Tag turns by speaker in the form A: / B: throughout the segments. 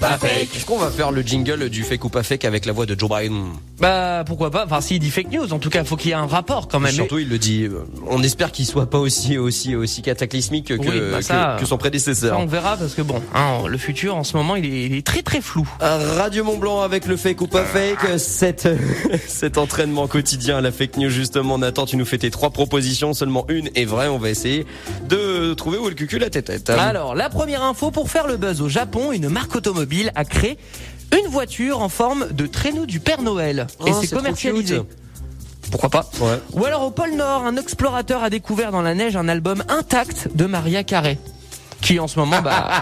A: pas fake.
B: Est-ce qu'on va faire le jingle du fake ou pas fake avec la voix de Joe Biden
A: Bah pourquoi pas. Enfin s'il dit fake news, en tout cas faut qu'il y ait un rapport quand même.
B: Surtout, il le dit. euh, On espère qu'il soit pas aussi aussi aussi cataclysmique que,
A: Oui, bah ça,
B: que, que son
A: Ça,
B: prédécesseur.
A: on verra parce que bon, hein, le futur en ce moment il est, il est très très flou.
B: Radio Mont Blanc avec le fake ou
A: Ah.
B: pas fake, cet, cet entraînement quotidien à la fake news justement. Nathan, tu nous fais tes trois propositions, seulement une est vraie. On va essayer de trouver où est le cucul à hein. tête tête.
A: Alors, la première info pour faire le buzz au Japon, une marque automobile a créé une voiture en forme de traîneau du Père Noël
B: Oh,
A: et
B: c'est
A: c'est
B: trop
A: commercialisé.
B: cute.
A: Pourquoi pas
B: Ouais.
A: Ou alors au pôle Nord, un explorateur a découvert dans la neige un album intact de Maria Carey qui en ce moment bah,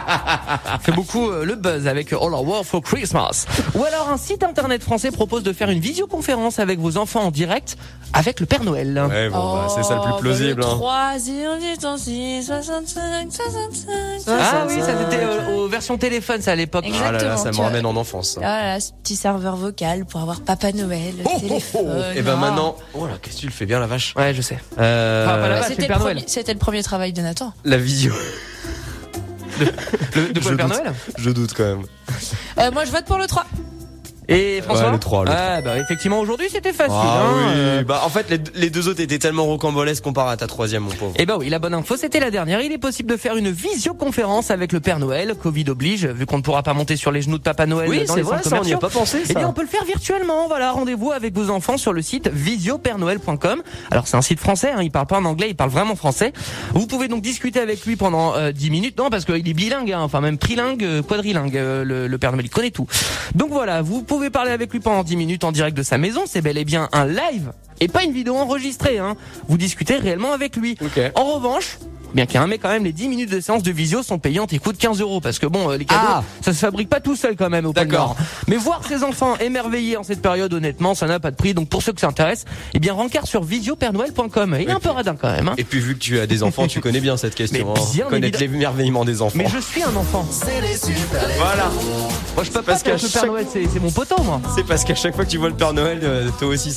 A: fait beaucoup euh, le buzz avec All Our World for Christmas. Ou alors un site internet français propose de faire une visioconférence avec vos enfants en direct avec le Père Noël.
B: Ouais, bon, bah, c'est ça le
A: Oh,
B: plus plausible. hein.
C: 3, 66, 65, 65.
A: Ah oui, ça c'était euh, aux versions téléphone ça à l'époque.
C: Exact.
B: Ah là là, ça me
C: Exactement, tu
B: ramène en enfance.
C: Ah là, ce petit serveur vocal pour avoir Papa Noël,
B: Oh,
C: le téléphone.
B: Et ben
C: Ah.
B: maintenant, oh là, qu'est-ce que tu le fais bien la vache.
A: Ouais, je sais.
B: Euh,
A: hein. Enfin, pas la
C: Bah,
A: vache, c'est le
C: C'était le,
A: Père
C: premier-
A: Noël.
C: c'était le premier travail de Nathan.
B: la vidéo,
A: Le, de
B: Je
A: quoi, le Père
B: doute.
A: Noël
B: je doute quand même.
C: Euh, moi, je vote pour le 3.
A: Et François
B: Ouais, le trois, le
A: Ah, bah effectivement, aujourd'hui c'était facile.
B: Ah
A: hein,
B: oui,
A: euh.
B: bah en fait les, les deux autres étaient tellement rocambolesques comparé à ta troisième mon pauvre.
A: Eh ben oui, la bonne info, c'était la dernière. Il est possible de faire une visioconférence avec le Père Noël, Covid oblige, vu qu'on ne pourra pas monter sur les genoux de Papa Noël
B: Oui,
A: dans
B: c'est
A: les
B: vrai,
A: centres
B: ça, on n'y a
A: commerciaux.
B: pas pensé,
A: Eh bien,
B: ça.
A: on peut le faire virtuellement. Voilà, rendez-vous avec vos enfants sur le site visiopernoël.com. Alors, c'est un site français, hein, il parle pas en anglais, il parle vraiment français. Vous pouvez donc discuter avec lui pendant euh, 10 minutes. Non, parce qu'il est bilingue, hein, enfin même trilingue, euh, quadrilingue, euh, le, le Père Noël, il connaît tout. Donc voilà, vous pouvez parler avec lui pendant 10 minutes en direct de sa maison. C'est bel et bien un live et pas une vidéo enregistrée. Hein. Vous discutez réellement avec lui.
B: Ok.
A: En revanche, bien qu'il y ait un mais quand même, les 10 minutes de séance de visio sont payantes et coûtent 15 euros parce que bon, euh, les cadeaux,
B: Ah.
A: ça se fabrique pas tout seul quand même au Pôle
B: D'accord.
A: Nord. Mais voir ses enfants émerveillés en cette période, honnêtement, ça n'a pas de prix. Donc pour ceux que ça intéresse, eh bien rencard sur visiopernoël.com. Il est un peu radin quand même. Hein.
B: Et puis vu que tu as des enfants, tu connais bien cette question.
A: Mais
B: hein.
A: bien
B: Connaître
A: évidemment.
B: l'émerveillement des enfants.
A: Mais je suis un enfant.
B: Voilà.
A: Moi je peux pas
B: Parce
A: parce que
B: qu'à
A: le Père
B: chaque-
A: Noël, c'est c'est mon poteau moi.
B: C'est parce qu'à chaque fois que tu vois le Père Noël, euh, toi aussi ça